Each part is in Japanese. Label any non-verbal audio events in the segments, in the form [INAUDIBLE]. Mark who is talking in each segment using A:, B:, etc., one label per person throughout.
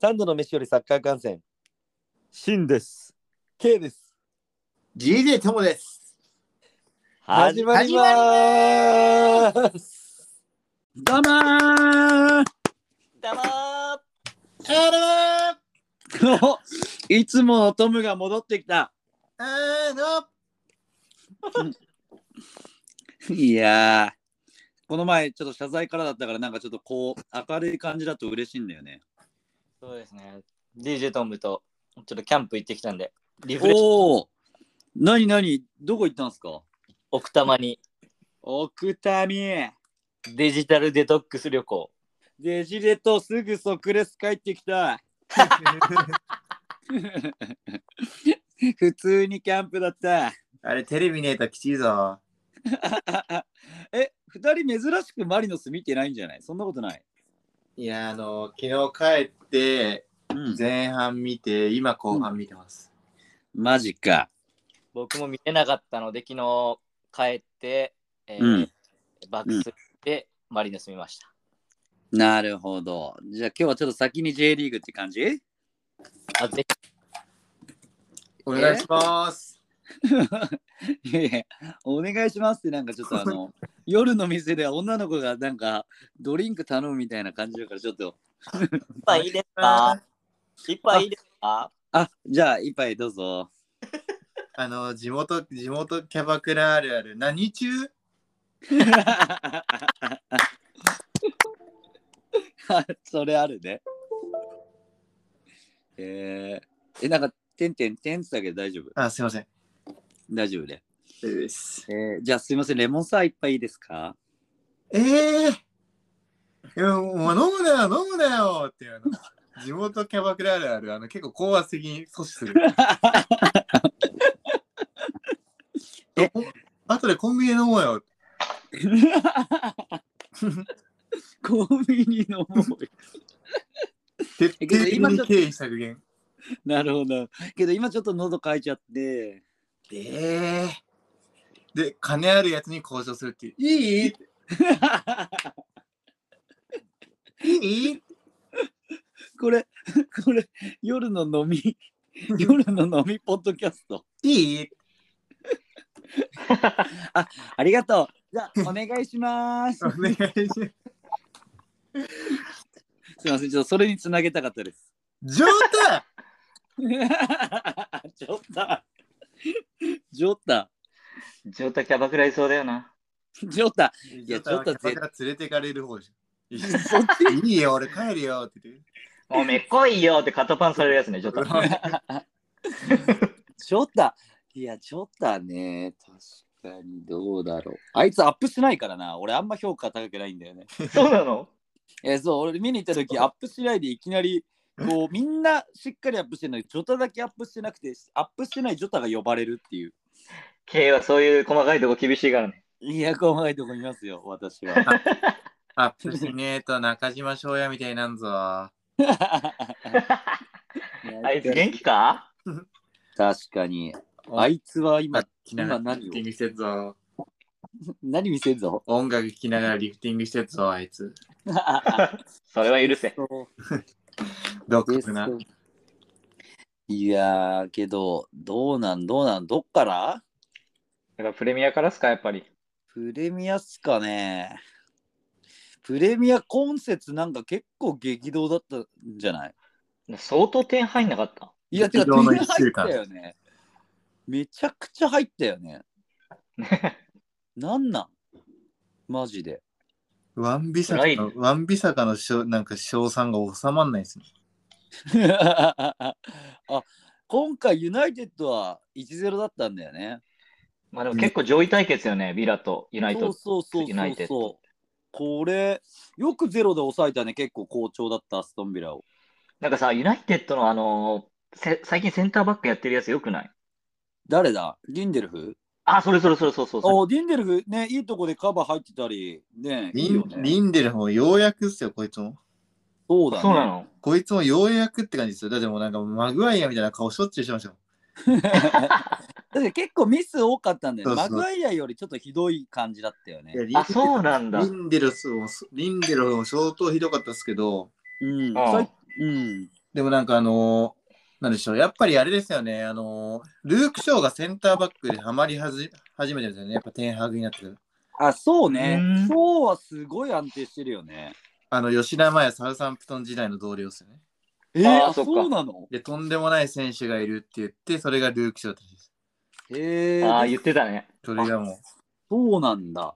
A: 三度の飯よりサッカー観戦
B: シンです。
A: K です。
C: GJ ともです。
A: 始まりまーす。
B: どうもー
A: だまー。
C: あ
B: おいつものトムが戻ってきた。
C: らーの
B: いやー、この前ちょっと謝罪からだったから、なんかちょっとこう、明るい感じだと嬉しいんだよね。
A: そうですね。DJ トムとちょっとキャンプ行ってきたんで、リフレッシュ
B: おおなになにどこ行ったんすか
A: 奥多摩に
B: 奥多摩
A: デジタルデトックス旅行。
B: デジレとすぐ即レス帰ってきた。普通にキャンプだった。
C: [LAUGHS]
B: [LAUGHS]
C: あれ、テレビねえときちいぞ。
B: え、二人珍しくマリノス見てないんじゃないそんなことない。
C: いや、あの、昨日帰って、
B: うん、
C: 前半見て、今後半見てます。
B: マジか。
A: 僕も見てなかったので、昨日帰って、えー
B: うん
A: バックスでマリノス見ました。
B: なるほど。じゃあ今日はちょっと先に J リーグって感じ
A: あぜ
C: お願いします。
B: [LAUGHS] いやいや、お願いしますってなんかちょっとあの、夜の店で女の子がなんかドリンク頼むみたいな感じだからちょっと。
A: ひ、一杯いいですか一杯いいですか
B: あ、じゃあ一杯どうぞ。 [LAUGHS]
C: あの、地元、地元キャバクラあるある、何中
B: それあるね。えー、え、なんか、てんてんてんって言ったけど大丈夫
C: あ、すいません。
B: 大丈夫で。
C: 大丈夫です。
B: えー、じゃあすいません、レモンサワー一杯いいですか [LAUGHS]
C: ええー、いやもう飲むなよ、飲むなよっていうあの。地元キャバクラあるある、あの、結構高圧的に阻止する。
B: [LAUGHS] え
C: あとでコンビニで飲もうよ。
B: コンビニのもうよ
C: 徹底
B: えけど
C: 的
B: 今ち
C: に
B: ょっと
C: 経費削減。
B: [LAUGHS] なるほど。けど今ちょっと喉かいちゃって。
C: で、で、金あるやつに交渉するっていう。いいいい
B: これ、 [LAUGHS] これ、夜の飲 [LAUGHS] み、夜の飲みポッドキャスト。
C: いい
B: ありがとう。じゃあ、お願いします
C: お。願いします。
B: [LAUGHS] すいません、ちょっとそれにつなげたかったです。 [LAUGHS]
C: 冗談
B: ジョッタジョッタ
A: ジョータキャバクラいそうだよな。
B: ジョッタ
C: い
B: やちょっとぜ
C: 連れてかれる方じゃん。
B: [LAUGHS] そっち
C: いいよ、俺帰るよって言って。
A: おめっこいよってカトパンされるやつね、ジョータ。
B: ジョッタいや、ジョッタね、確かにどうだろう。あいつアップしないからな、俺あんま評価高くないんだよね。
A: そうなの
B: えーそう、俺見に行った時アップしないでいきなり、こう、みんなしっかりアップしてるのに、ジョタだけアップしてなくて、アップしてないジョタが呼ばれるっていう。
A: 経営はそういう細かいとこ厳しいからね。
B: いや、怖いとこいますよ、私は。
C: アップしねえと中島翔也みたいになんぞ。
A: あいつ元気か
B: 確かに。あいつは今、
C: 着なが
B: 今
C: ら
B: 何
C: リ
B: を
C: フティングしてっぞ。
B: 何見せんぞ。
C: 音楽聴きながらリフティングしてっぞ、あいつ。
A: それは許せ。
C: 独
B: です
C: 特な。
B: いやー、けど、どうなん、どうなん、どっから
A: だからプレミアからっすか、やっぱり。
B: プレミアっすかね。プレミア今節なんか結構激動だったんじゃない
A: 相当点入んなかった。
B: いや、てか、
C: 激動の
B: 点
C: 一
B: 入
C: 週
B: った
C: 間
B: よね。めちゃくちゃ入ったよね。なんなんマジで。
C: ワンビサカの、ワンビサカのしょなんか賞賛が収まんないですね。
B: あ、今回ユナイテッドは1-0だったんだよね。
A: まあでも結構上位対決よね、ビラとユナイ
B: そう
A: ト。
B: そうそう
A: ユナイ
B: そ
A: テ
B: う
A: ッド
B: そう。これ、よくゼロで抑えたね、結構好調だったアストンビラを。
A: なんかさ、ユナイテッドのあのーせ最近センターバックやってるやつよくない
B: 誰だディンデルフ
A: あ、それそれそれそうそうそ
B: おディンデルフね、いいとこでカバー入ってたり、ね、い
C: リ
B: い
C: ン
B: よね。
C: リンデルもようやくっすよ、こいつも。
B: そう
A: う。
B: だ
A: そうな
B: ね。
A: の。
C: こいつもようやくって感じですよ。だってもうなんかマグワイアみたいな顔しょっちゅうしてましたよ。
B: だって結構ミス多かったんだよ
C: そ
B: ね。
C: う
B: マ
C: そう
B: グワイアよりちょっとひどい感じだったよね。
C: いや
A: あ、そうなんだ
C: リ。ンデロスも、リンデロスも相当ひどかったですけど、
B: うん。
A: ああ
B: そういうん。
C: でもなんかあのーなんでしょう、やっぱりあれですよね、あのールーク・ショーがセンターバックでハマりはじ始めてるんですよね、やっぱテンハグになってる。
B: あ、そうね
A: うん。
B: 今日はすごい安定してるよね。
C: あの、吉田麻也、サウサンプトン時代の同僚ですよね。
B: えー、
A: ああ
B: あ
A: そっか
B: そうなの
C: で、とんでもない選手がいるって言って、それがルーク・ショーって言うんです。
B: え
A: ああ、
B: ー、
A: 言ってたね。
C: それがもう、
B: そうなんだ。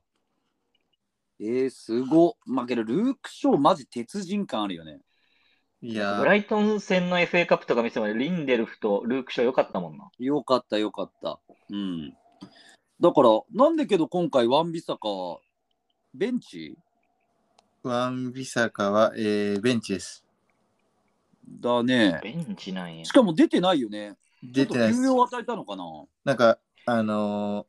B: えー、すごっ。まあけど、ルーク・ショー、マジ鉄人感あるよね。
C: い
A: ブ
C: やー
A: ライトン戦の FA カップとか見てもリンデルフとルークショー良かったもんな。
B: よかった、よかった。うん。だから、なんでけど今回、ワンビサカ、ベンチ
C: ワンビサカは、えー、ベンチです。
B: だね。
A: ベンチなんや
B: し。かも出てないよね。
C: 出てないで
B: ちょっと
C: す
B: 休。養を与えたのかな
C: なんか、あのー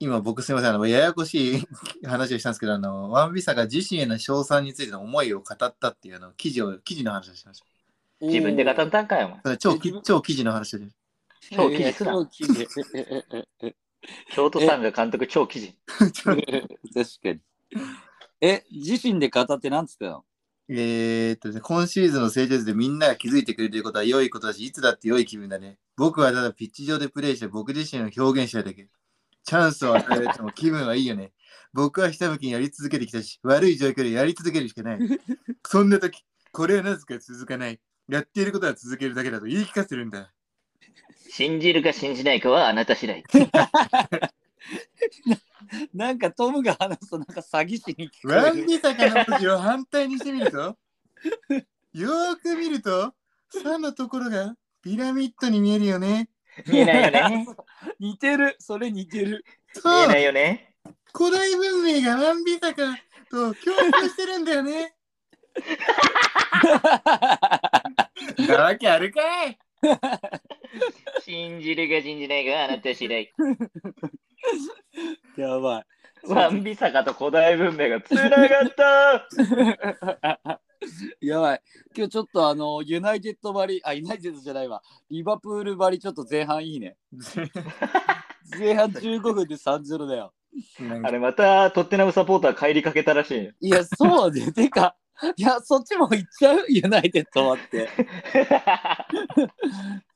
C: 今僕すみません、あの、ややこしい [LAUGHS] 話をしたんですけど、あの、ワンビサカ自身への称賛についての思いを語ったっていう、あの、記事を、記事の話をしました。
A: 自分で語
B: た
A: ったんかい、お前。
C: それ超
B: え自
C: き
B: 分
C: 超記事の話をしまし
A: 超記事すな
B: 超記事。
A: 京都サンガ監督超記事。
C: たちょ
B: 確かに。え、自身で語ってなんつってたの
C: えーっとね、今シーズンの成長図でみんなが気づいてくれてることは良いことだし、いつだって良い気分だね。僕はただピッチ上でプレーして僕自身を表現したいだけ。チャンスを与えられても気分はいいよね。僕はひたむきにやり続けてきたし、悪い状況でやり続けるしかない。そんな時、これはなぜか続かない。やっていることは続けるだけだと言い聞かせるんだ。
A: 信じるか信じないかはあなた次第。
B: なんかトムが話すとなんか詐欺師に聞こ
C: ワ
B: え
C: ン
B: る。
C: ビサカの文字を反対にしてみると、よーく見ると、3のところがピラミッドに見えるよね。
A: 見えないよ [LAUGHS] ね。
B: 似てる。それ似てる。
A: 見
C: そ
A: え
C: う
A: ないよね。
C: 古代文明がワンビサカと共通してるんだよね。なわけあるかい
A: 信じるか信じないかはあなた次第。
B: やばい。
A: ワンビサカと古代文明がつながった
B: [LAUGHS] やばい。今日ちょっとあの、ユナイテッドばり、あ、ユナイテッドじゃないわ。リバプールばりちょっと前半いいね。前半15分で3-0だよ。
C: なん
A: あ
C: か
A: れまたトッテナムサポーター帰りかけたらしいよ。
B: いや、そうね。てか、いや、そっちも行っちゃうユナイテッドはって。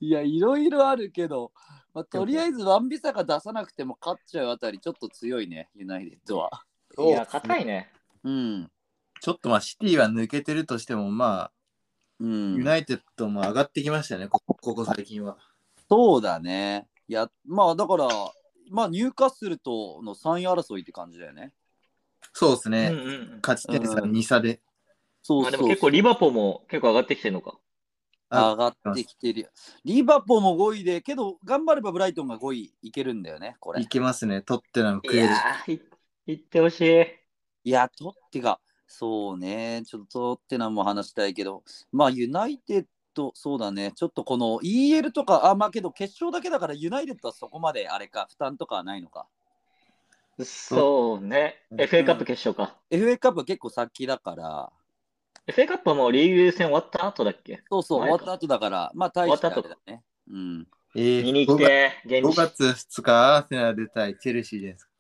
B: いや、いろいろあるけど、まあ、とりあえずワンビサが出さなくても勝っちゃうあたり、ちょっと強いね、ユナイテッドは。
A: いや、硬いね。
B: うん。
C: ちょっとまあシティは抜けてるとしてもまあ、
B: うん、
C: ユナイテッドも上がってきましたね、こここ最近は。
B: そうだね。いや、まあだから、まあ入荷するとの3位争いって感じだよね。
C: そうです
A: うんう
C: ね、
A: んうん。
C: 勝ち点差
B: うん
C: 2差で。
B: そう
A: まあ
B: そう
A: でも結構リバポも結構上がってきてるのか。
B: 上がってきてるよ。リバポも5位で、けど頑張ればブライトンが5位いけるんだよね、これ。
C: い
B: い
C: けますね、取ってなの
A: い
C: 食え
A: やー、
C: る。
A: いいってほしい。
B: や、とってか、そうね、ちょっとってなも話したいけど、まあユナイテッド、そうだね、ちょっとこの EL とか、あ、まあけど決勝だけだからユナイテッドはそこまであれか、負担とかはないのか。
A: そうね。
C: うん
A: FA カップ決勝か。
B: FA カップは結構先だから、
A: FA カップはもうリーグ戦終わった後だっけ
B: そうそう、
A: 前
B: 終
A: か
B: わった後だから、まあ大してあれだね。うん。
C: えー、
A: 見に行っ
C: 5,
A: て、現地。
C: 月2日、アーセナル対チェルシーじゃないですか。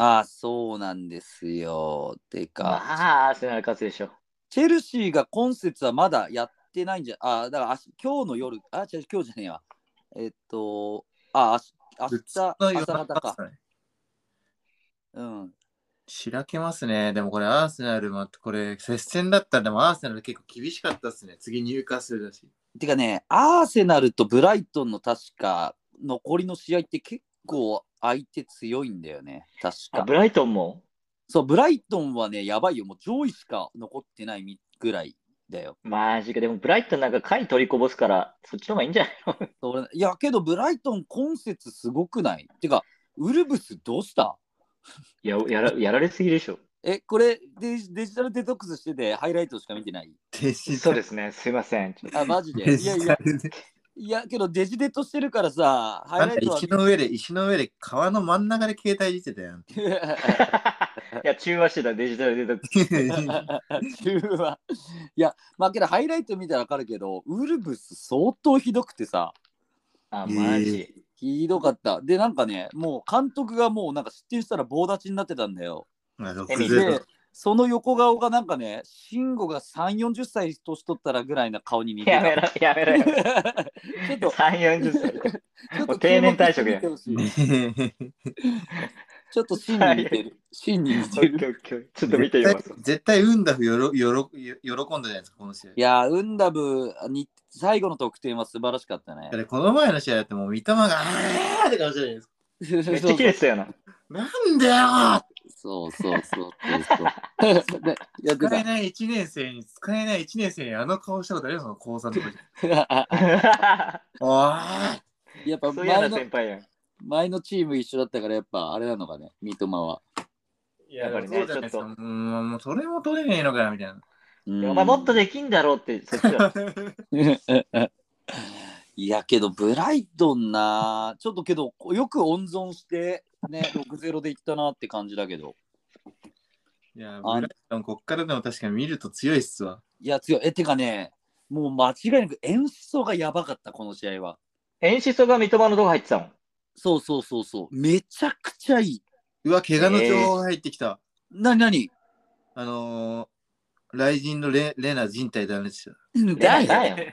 B: ああ、そうなんですよ。てか、
A: まあ、アーセナル勝つでしょ。
B: チェルシーが今節はまだやってないんじゃ、ああ、だからあし今日の夜、あ、違う、今日じゃねえわ。えっと、あ、あし明
C: 普
B: 日、
C: 通の夜
B: 朝
C: 中
B: 方
C: っ
B: か
C: す。ね
B: うん。
C: しらけますね。でもこれアーセナルも、これ接戦だったらでもアーセナル結構厳しかったですね。次入荷するだし。
B: てかね、アーセナルとブライトンの確か残りの試合って結構相手強いんだよね。確
A: あ
B: か
A: ブ。ライトンも。
B: そう、ブライトンはね、やばいよ。もう上位しか残ってないみぐらいだよ。
A: マジか。でも、ブライトンなんか回取りこぼすから、そっちの方がいいんじゃない [LAUGHS] の
B: それいやけどブライトン今節すごくないてかウルブスどうした
A: いややら、やられすぎでしょ。
B: えこれデジデジタルデトックスしててハイライトしか見てない
C: デジ
A: そうですね。すいま [LAUGHS] せん。ちょっ
B: あマジで
C: デ
B: いや
C: ジ
B: い
C: タ
B: や
C: ルで。
B: いやけどデジデトしてるからさハ
C: あ
B: イ
C: ん
B: ラ
C: た
B: イトは
C: 石の上で、石の上で川の真ん中で携帯いじってたや
B: [LAUGHS]
C: ん。
A: といや、中和してたデジタルデトックス。
B: 中 [LAUGHS] はいやまあけどハイライト見たらわかるけどウルブス相当ひどくてさ
A: あ、マジ。
B: ひどかった。で、なんかね、もう監督がもうなんか失点したら棒立ちになってたんだよ。
C: まあ、そう
A: で
C: 崩れ
B: で
C: た。、
B: その横顔がなんかね、慎吾が3、40歳年取ったらぐらいな顔に似て
A: や
B: た。
A: めろ、やめろ
B: [LAUGHS]
A: よ。 [LAUGHS]
B: ちょっと、
A: 3、40歳。
B: ち
A: [LAUGHS] も
B: ょっ
A: う
B: と
A: 定年退職や
B: 注目してみてほしい
C: ね
B: ちょっと真
A: [LAUGHS]
B: に似てる。真に似
A: オ
B: て
A: ッ
B: る。
A: ケーオッケー [LAUGHS] ちょっと見てみます。
C: 絶対ウンダフよろよろよ喜んだじゃないですか、この試合。
B: いやー、ウンダブに最後の得点は素晴らしかったね [LAUGHS]
C: だっ。てこの前の試合だってもう三笘が、あーって顔してるじゃないですか。
A: めっちゃ綺麗したよな。
C: なんだよ
B: そうそうそうそう
A: [LAUGHS]
B: そう。でやって
C: 使え
B: た。
C: ない1年生に、使えない1年生にあの顔したことあるよ、その高3の時。
B: [LAUGHS]
C: おーい
B: やっ
A: [LAUGHS]
B: ぱ
A: そういうような
B: 前の
A: 先輩やん。
B: 前のチーム一緒だったから、やっぱあれなのかね、三笘は。
C: いや
A: やっぱりね
C: そうじゃないですか。うん、もうそれも取れねえのかよ、みたいな。
B: うん
A: お前もっとできんだろうって、そっち [LAUGHS] は。
B: [LAUGHS] いやけどブライトンなちょっとけどよく温存してね6-0でいったなって感じだけど
C: いや、
B: あ
C: ブライトン、こっからでも確かに見ると強いっすわ。
B: いや強いえてかねもう間違いなく演出がやばかったこの試合は
A: 演出が三笘のとこ入ってたもん。
B: そうそうそうそうめちゃくちゃいいう
C: わ、怪我の情報入ってきた。
B: なになに [LAUGHS]
C: あのー、雷神のレレナ人体断裂した。
A: レナか
B: 誰
A: よ。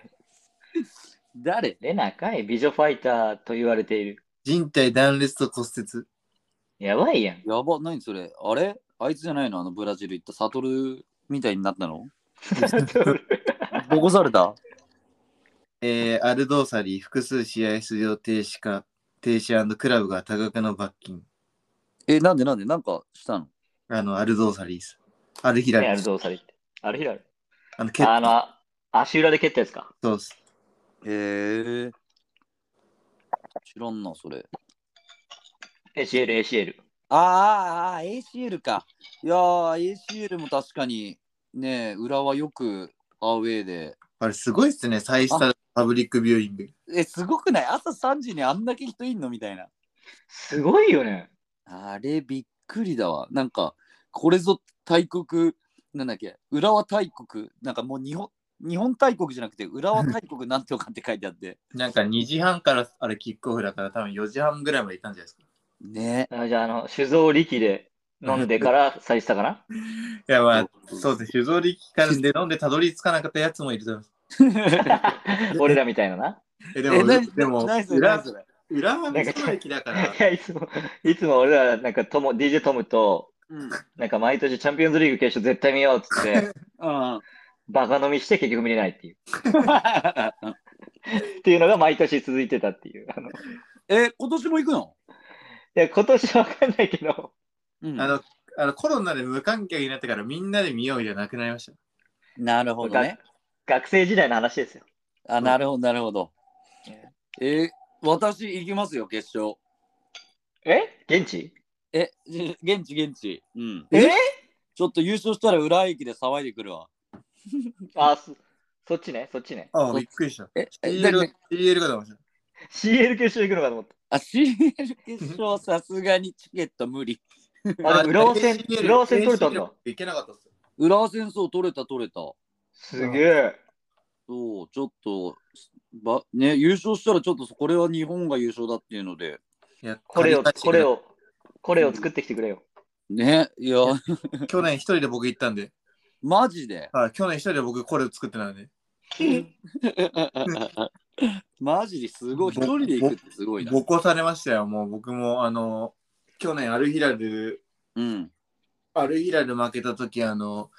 B: 誰
A: レナかい美女ファイターと言われている。
C: 人体断裂と骨折。
A: やばい [LAUGHS] やん。
B: やば何それあれあいつじゃないのあのブラジル行ったサトルみたいになった [LAUGHS] のどこされた
C: えー、アルドーサリー、複数試合出場停止か、停止クラブが多額の罰金。
B: えなんでなんでなんかしたの
C: あの、アルドーサリーです。アルヒラ
A: ねあ
C: ルで
A: れ
C: す。
A: どうされて。あれひらり
C: あの、決
A: あの、あ足裏で蹴ったやつか。
C: 闘です。
B: へえ知らんなそれ
A: ACL、ACL。
B: あーあー、ACL か。いやー、ACL も確かに、ね、浦和よくアウェーで。
C: あれ、すごいっすね。最初パブリックビューイング。
B: え、すごくない朝3時にあんだけ人いんのみたいな。
A: すごいよね。
B: あれ、びっくりだわ。なんか、これぞ大国、なんだっけ、浦和大国、なんかもう日本、日本大国じゃなくて、浦和大国なんとかって書いてあ
C: [LAUGHS]
B: って。
C: なんか2時半から、あれ、キックオフだから、多分4時半ぐらいまでいたんじゃないですか。
B: ね。
A: あじゃあ、あの、酒造力で飲んでから再したかな。
C: いや、まあ、そうです。酒造力からで飲んでたどり着かなかったやつもいると思います。
A: 俺らみたいなな。
C: え、で
B: え、
C: も、
B: な
C: でも
B: な、いそれ
C: 裏
B: 何、それ
C: 裏は道の駅だから
A: い、や、いつも、いつも俺ら、なんかトモ、DJ トムと、
B: うん。
A: なんか毎年チャンピオンズリーグ決勝絶対見ようっつって、
B: うん。 [LAUGHS]
A: バカ飲みして結局見れないっていう。っていうのが毎年続いてたっていう。 [LAUGHS] あのい
B: え、今年も行くの
A: や、今年わかんないけど、
B: うん
C: あの、あのコロナで無観客になってからみんなで見ようじゃなくなりました。
B: なるほどね。
A: 学生時代の話ですよ。
B: あ、なるほど、なるほど
A: ね。
B: えー私行きますよ、決勝。
A: え現地
B: え、じ現地、現地。うん。
A: え
B: ちょっと優勝したら裏駅で騒いでくるわ。
A: あそ、そっちね、そっちね。
C: ああ、びっくりした。
B: え、えだ
C: CL、CL かと思いました。
A: CL 決勝行くのかと思っ
B: あ、CL 決勝はさすがにチケット無理。
A: た。あ、でも浦和戦、
C: CL
A: 浦和戦取れたんだ。。
C: いけなかったっすよ。
B: 裏和戦争取れた、取れた。そ
A: すげえ。
B: う、ちょっと、ばね、優勝したらちょっとこれは日本が優勝だっていうので、
C: いや
A: これを、
C: 借り返して
A: こ
C: くれ
A: れを、これを作ってきてくれよ。
B: ね、いや、
C: 去年一人で僕行ったんで、
B: マジで。
C: あ去年一人で僕これを作ってたんで、
B: マジですごい。一人で行くってすごいな。
C: ボコされましたよ。もう僕も、あの、去年アルヒラル、
B: うん。
C: アルヒラル負けた時あの、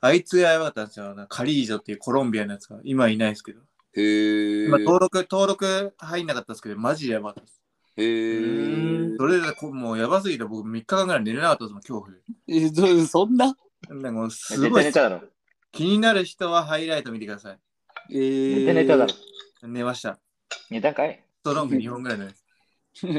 C: あいつがやばかったんですよ。あのカリージョっていうコロンビアのやつが、今いないですけど。
B: へえ。
C: まあ、登録、登録入んなかったですけど、マジでやばかったです。
B: へえ。
C: それでこもうやばすぎて、僕3日間ぐらい寝れなかったですもん、恐怖で。
B: えそそんな
C: なんかもうす
A: 絶
C: ご
A: 対
C: い
A: ネタだろ。
C: 気になる人はハイライト見てください。
B: えー
A: 絶対ネタだろ。
C: 寝ました。
A: ネタかい
C: ストロング2本ぐらいのやつ。
B: [LAUGHS]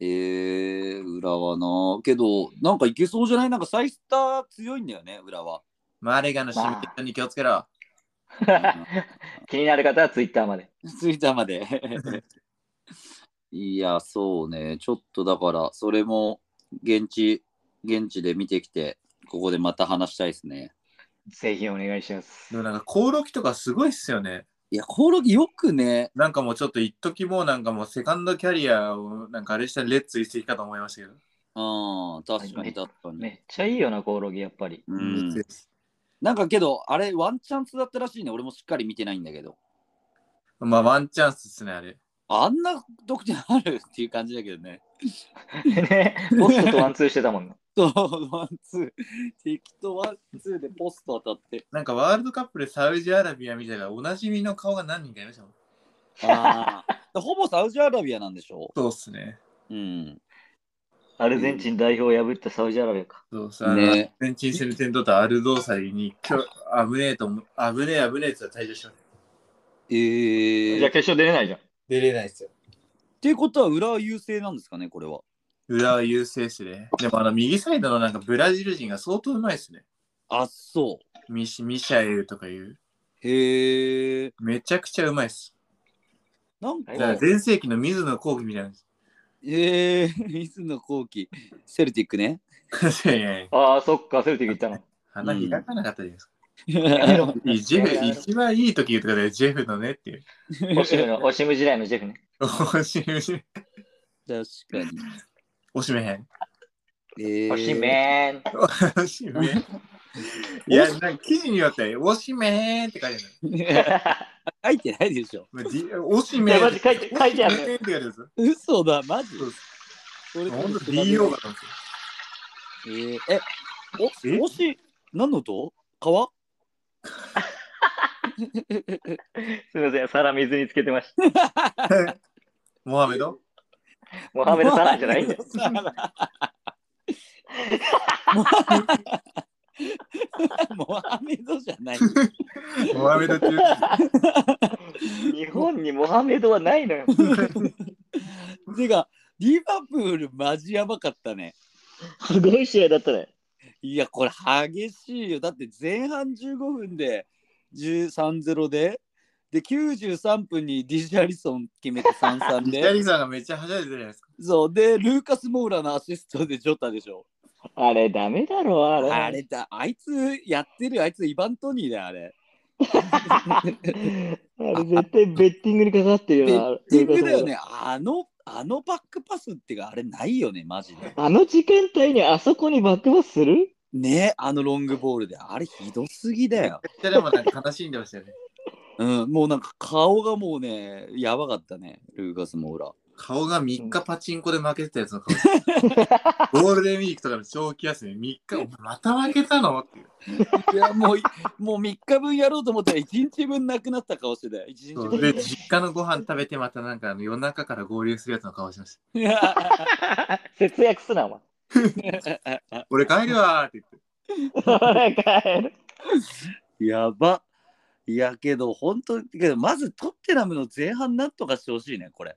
B: えー、浦和な。けど、なんかいけそうじゃないなんかサイスター強いんだよね、
A: [LAUGHS]
B: 浦和。
C: マレガのシミテに気をつけろ。
A: [LAUGHS] 気になる方はツイッターまで。
B: [LAUGHS] ツイッターまで。いや、そうね。ちょっとだから、それも現地、現地で見てきて、ここでまた話したいですね。
A: ぜひお願いします
C: で。もなんか、コオロギとかすごいっすよね。
B: いや、コオロギよくね、
C: なんかもうちょっと一時もうなんかもうセカンドキャリアをなんかあれしたらレッツ移籍かと思いましたけど。
B: うん、確かに確かに。
A: めっちゃいいよな、コオロギ、やっぱり。
B: う
C: レッツ
B: ん、
C: です
B: なんかけど、あれ、ワンチャンスだったらしいね。俺もしっかり見てないんだけど。
C: まあワンチャンスですね、あれ。
B: あんな得点あるっていう感じだけどね。 [LAUGHS]
C: [LAUGHS]
A: ね、ポストとワンツーしてたもんな。
B: そう、ワンツー。敵とワンツーでポスト当たって。
C: なんかワールドカップでサウジアラビアみたいなおなじみの顔が何人かいましたもん。
B: あ [LAUGHS] あ。ほぼサウジアラビアなんでしょ
C: そうっすね。
B: うん。
A: アルゼンチン代表を破ったサウジアラビアか。
C: そうっすあの、
B: ね
C: アルゼンチン戦で点取ったアルドーサリに、今日、危ねえと思う、危ねえ危ねえって言ったら退場しました。
B: え
A: じゃあ
B: ー。
A: 決勝出れないじゃん。
C: 出れないですよ。
B: っていうことは、裏は優勢なんですかね、これは。
C: 裏は優勢っすね。でもあの右サイドのなんかブラジル人が相当うまいっすね。
B: あ、そ
C: ミシミシャエルとかいう。
B: う。へえ。
C: めちゃくちゃうまいっす。
B: なん
A: お
C: だから
B: か、
C: 全盛期の水野幸喜みたいなんです。
B: えー、 [LAUGHS] 水野幸喜、セルティックね。
C: いやいやいや
A: ああ、そっか、セルティック行ったの。
C: 鼻開かなかったじゃないですか。
A: やめ
C: [LAUGHS]
A: ろ
C: いジェ
A: や
C: フ、
A: めろ
C: 一番いい時とかでジェフのねっていう。 [LAUGHS]
A: オシムの、オシム時代のジェフね。
C: おしめ、
B: 確かに。
C: おしめへん。
B: えー、
A: オシメーン。
C: おしめへん。いや、なんか記事によって、おしめへんって書いてある
B: [LAUGHS] 書いてないでしょ。
C: まあじ。おし
A: い
C: め
A: や、
C: へん。
A: マジ書いて、書いてあ
C: おしめへん
A: る。
C: って書いてあるんですよ。
B: 嘘だ、マジ
C: そうで。
B: それ
C: 本当 DO があったんですよ。
B: えー、え、
C: え
B: お、もし、何の音川
A: すみません、皿水につけてました。
C: モハメド
A: モハメド・サラーじゃないんだよ。
B: サラモハメドじゃない。
C: モハメド中。
A: 日本にモハメドはないのよ。
B: てか、リバプールマジやばかったね。
A: すごい試合だったね。
B: いや、これ激しいよ。だって前半15分で13-0で、で、93分にディジャリソン決めて3-3
C: ジャ [LAUGHS]
B: で、
C: リさんがめっちゃはしゃいでるじゃないですか。
B: そう、で、ルーカス・モーラのアシストでジョタでしょ。
A: あれ、ダメだろ、あれ。
B: あれだ、あいつやってるよあいつイバントニーだよ、あれ。
A: あれ絶対ベッティングにかかってる
B: ベ
A: よ
B: ッ
A: な。
B: ティングだよね。あの、あのバックパスっていうか、あれないよね、マジで。
A: あの時間帯にあそこにバックバスする
B: ねあのロングボールで。あれひどすぎだよ。
C: めっちゃでもなんか悲しんでましたよね。
B: うん、もうなんか顔がもうね、やばかったね、ルーカス・モーラ。
C: 顔が3日パチンコで負けてたやつの顔。ゴールデンウィークとかの長期休み、3日、お前また負けたのっていう。
B: いやもう [LAUGHS] い、もう3日分やろうと思ったら1日分なくなった顔してたよ。1日
C: そう
B: 分。
C: で、実家のご飯食べて、またなんかあの夜中から合流するやつの顔しました。
B: いや
A: 節約すな、 [LAUGHS] お
C: 俺帰るわーって言って。
A: 前。俺帰る。
B: [LAUGHS] やば。いやけど、本当に、けどまずトッテナムの前半なんとかしてほしいね、これ。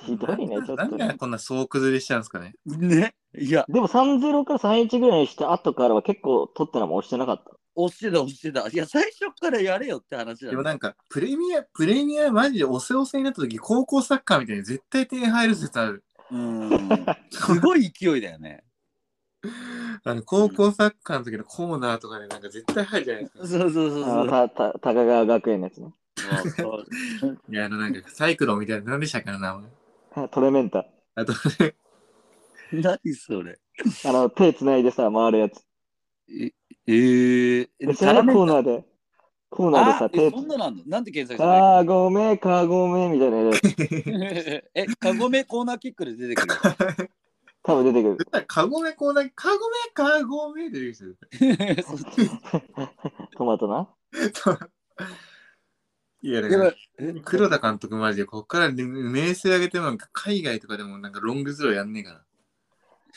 A: ひどいね、ちょ
C: な
A: っと
C: ん。でこんな総崩れしちゃうんですかね。
B: ね。いや、
A: でも3-0から3-1ぐらいにした後からは結構取ってのも押してなかった。
B: 押してた、押してた。いや、最初からやれよって話だ、
C: でも
B: ね。
C: なんか、プレミア、プレミアマジでおせおせになった時、高校サッカーみたいに絶対点入る説ある。
B: うん。すごい勢いだよ
C: [LAUGHS]
B: ね。
C: あの、高校サッカーの時のコーナーとかでなんか絶対入るじゃないですか
B: そう。そうそう
A: あ
B: そう。
A: のたた高川学園のやつね。
B: そうそう
C: いや、あのなんかサイクロンみたいな、何でしたっけな、名前。
A: あトレメンタ。
C: あと、 [LAUGHS]
B: [LAUGHS] 何それ。
A: あの、手つないでさ、回るやつ。
B: えー、
A: で、それがコーナーで、コーナーで
B: あ
A: さ、
B: え
A: 手
B: そんななんだなんて検索したら
A: あーごめん、かごめんみたいなや
B: [LAUGHS]
A: つ、
B: いいえ、カゴメコーナーキックで出てくる。
A: 多分出てくる。
C: 絶対カゴメコーナー、カゴメ、カゴメで出てきてる。
B: そっち
A: トマトな。
C: いや、だ
B: で
C: か
B: も
C: ら、黒田監督マジで、こっから名声上げても、なんか海外とかでもなんかロングスローやんねえかな。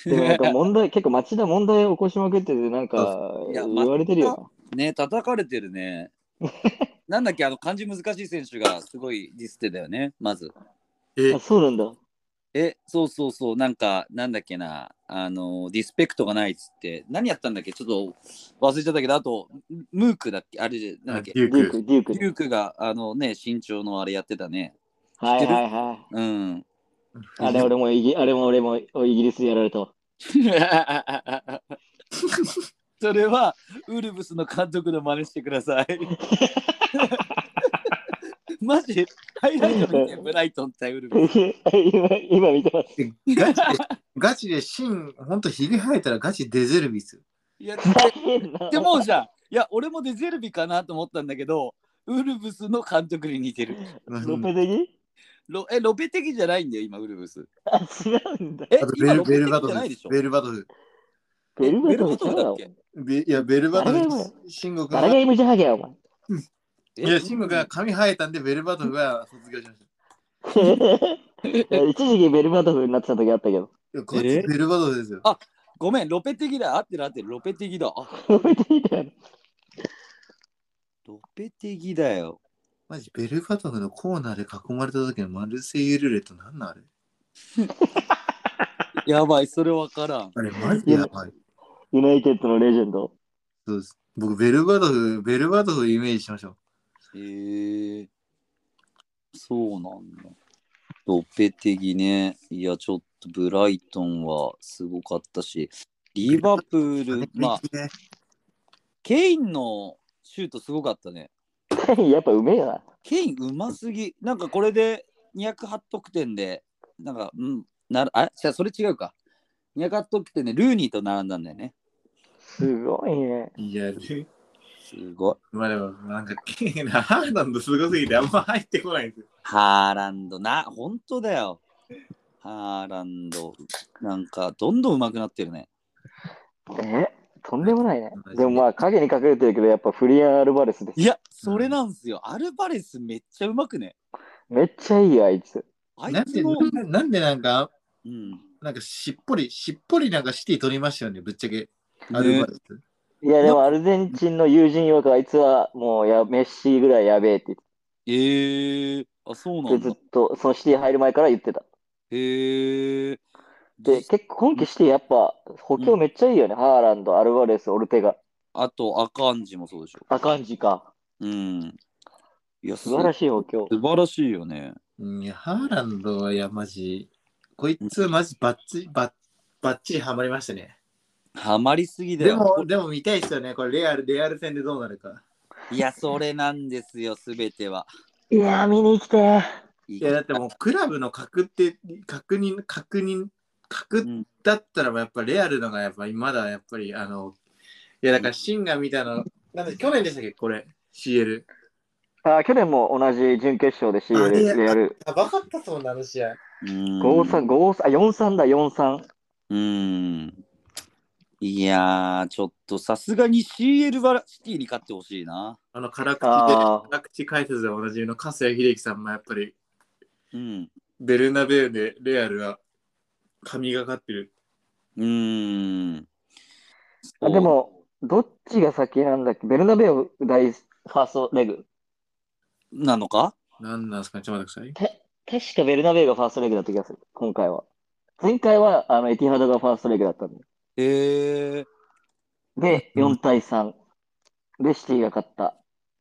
A: でもなんか問題、結構町田問題起こしまくってて、なんか
B: そういや
A: 言われてるよ
B: ね、叩かれてるね。なんだっけ、あの漢字難しい選手がすごいディスってたよね、まず。
C: え
A: な。あ、、そうなんだ。
B: え、そうそうそう、なんか、なんだっけな、あの、ディスペクトがないっつって、何やったんだっけ、ちょっと忘れちゃったけど、あと、ムークだっけ、あれ、なんだっけ、
C: デュ
A: デュ
C: ー
A: ー
C: ク。
A: ク、デューク
B: デ。ュークが、あのね、身長のあれやってたね。
A: はいはいは
B: うん。
A: い。あれ俺もイギ、あれも俺もイギリスでやられたわ。 [LAUGHS]
B: [LAUGHS] それは、ウルブスの監督の真似してください。 [LAUGHS] マジハイライト見て、ブライトン対ウルグアイ。
A: 今、今見てます。
C: ガチで、ガチで、芯、ほんとひげ生えたらガチデゼルビス。
B: いや、
A: 大変な。
B: でもじゃん。いや、俺もデゼルビかなと思ったんだけど、ウルブスの監督に似てる。
A: ロペデギ
B: ロえ、ロペテキじゃないんだよ、今、ウルブス。
A: あ、違うんだ。
B: え
C: あと、ベ
B: 今
C: ル
B: ロペ
C: ベ
B: テ
C: ルバド
B: キじゃない
C: フ
B: でしょ。
C: ベルバドフ。
A: ベル
B: ベ
A: バ
B: ル
A: ト
B: バ
A: ンそ
B: ド
A: うだ
B: フだっ
A: ろ。
B: け
C: ベいや、ベルバド
A: 誰が
C: フ、シンゴ君
A: 誰が
C: は、
A: イムジャハゲや、お前。 [LAUGHS]
C: いや、シンゴ君は髪生えたんで、ベルバドフが卒業しました。い
A: 一時期ベルバトフになってた時あったけど。
C: やこっちベルバドフですよ。
B: ごめん、ロペテキだ。合ってる合ってる、ロペテキだ。あ、
A: ロペデギだよね
B: ロペテキだよ。
C: マジ、ベルバドフのコーナーで囲まれた時のマルセイユルレットなんなんあれ
B: やばい、それわからん。
C: あれ、マジでやばい。
A: ユナイテッドのレジェンド。 [LAUGHS]
C: そうです。僕、ベルバドフ、ベルバドフをイメージしましょう。
B: へえそうなんだ。ロペテギね。いや、ちょっとブライトンはすごかったし、リバプ
C: [LAUGHS]
B: ール、まあ、
C: ね
B: ケインのシュートすごかったね。
A: やっぱうめえよな。
B: ケインうますぎ。なんかこれで208得点で、なんか、うん、なるあ、じゃそれ違うか。208得点でルーニーと並んだんだよね。
A: すごいね。
C: いや、です
B: ごい。
C: まあでも、なんか、ハーランドすごすぎてあんま入ってこないんですよ。
B: ハーランドな、本当だよ。ハーランド、なんかどんどん上手くなってるね。
A: えとんでもないね。でもまあ、影に隠れてるけど、やっぱフリア・アルバレスです。
B: いや、それなんすよ。アルバレスめっちゃうまくね。
A: めっちゃいいよ、あいつ。
B: あ
C: ないん
B: つ
C: で、
B: の、
C: なんなんでなんか、
B: うん、
C: なんかしっぽり、しっぽりなんかシティ取りましたよね、ぶっちゃけ。アルバレス。
A: いや、でもアルゼンチンの友人曰く、あいつはもうやメッシぐらいやべえって言って
B: えー、あ、そうなん
A: でず
B: だ
A: っ。とそのシティ入る前から言ってた。
B: えー、
A: で、結構今季シティやっぱ補強めっちゃいいよね。ハーランド、アルバレス、オルテガ。
B: あと、アカンジもそうでしょ。
A: あかんじか。
B: うん。いや、
A: 素晴ら
B: しい。
A: しい補強。
B: 素晴らしいよね。
C: うん、いや、ハーランドは、いや、マジ、こいつマジバッチリ、バッ、バッチリハマりましたね。
B: ハマりすぎだ
C: で
B: よ。
C: も、でも見たいですよね、これレアル、レアル戦でどうなるか。
B: いや、それなんですよ、すべては。
A: いやー、見に来て。
B: い
C: いや、だってもう、クラブの確定、確認、確認、確
B: うん
C: だったら、やっぱレアルのが、やっぱり、まだやっぱり、あの、いや、だから、シンガーみたいな、なんで、去年でしたっけ、これ、CL。
A: あ去年も同じ準決勝で
C: あれ
A: CL でやる。
C: やばかったそうな、あの試合。
B: うん
A: 53、53、あ、43だ、43。
B: うん。いやー、ちょっとさすがに CL はシティに勝ってほしいな。
C: あの、辛口で、
A: あー
C: 辛口解説でおなじみの、加瀬秀樹さんも、やっぱり、
B: うん。
C: ベルナベウでレアルは神がかってる。
B: うん。
A: あでも、どっちが先なんだっけベルナベオ第ファーストレグ。
B: そう、なのか
C: なんなんですかねちょっと待ってくだ
A: 確かベルナベオがファーストレグだった気がする、今回は。前回はあのエティハードがファーストレグだったんで。
B: えー。
A: で、
C: うん
A: 4対3。で、シティが勝った。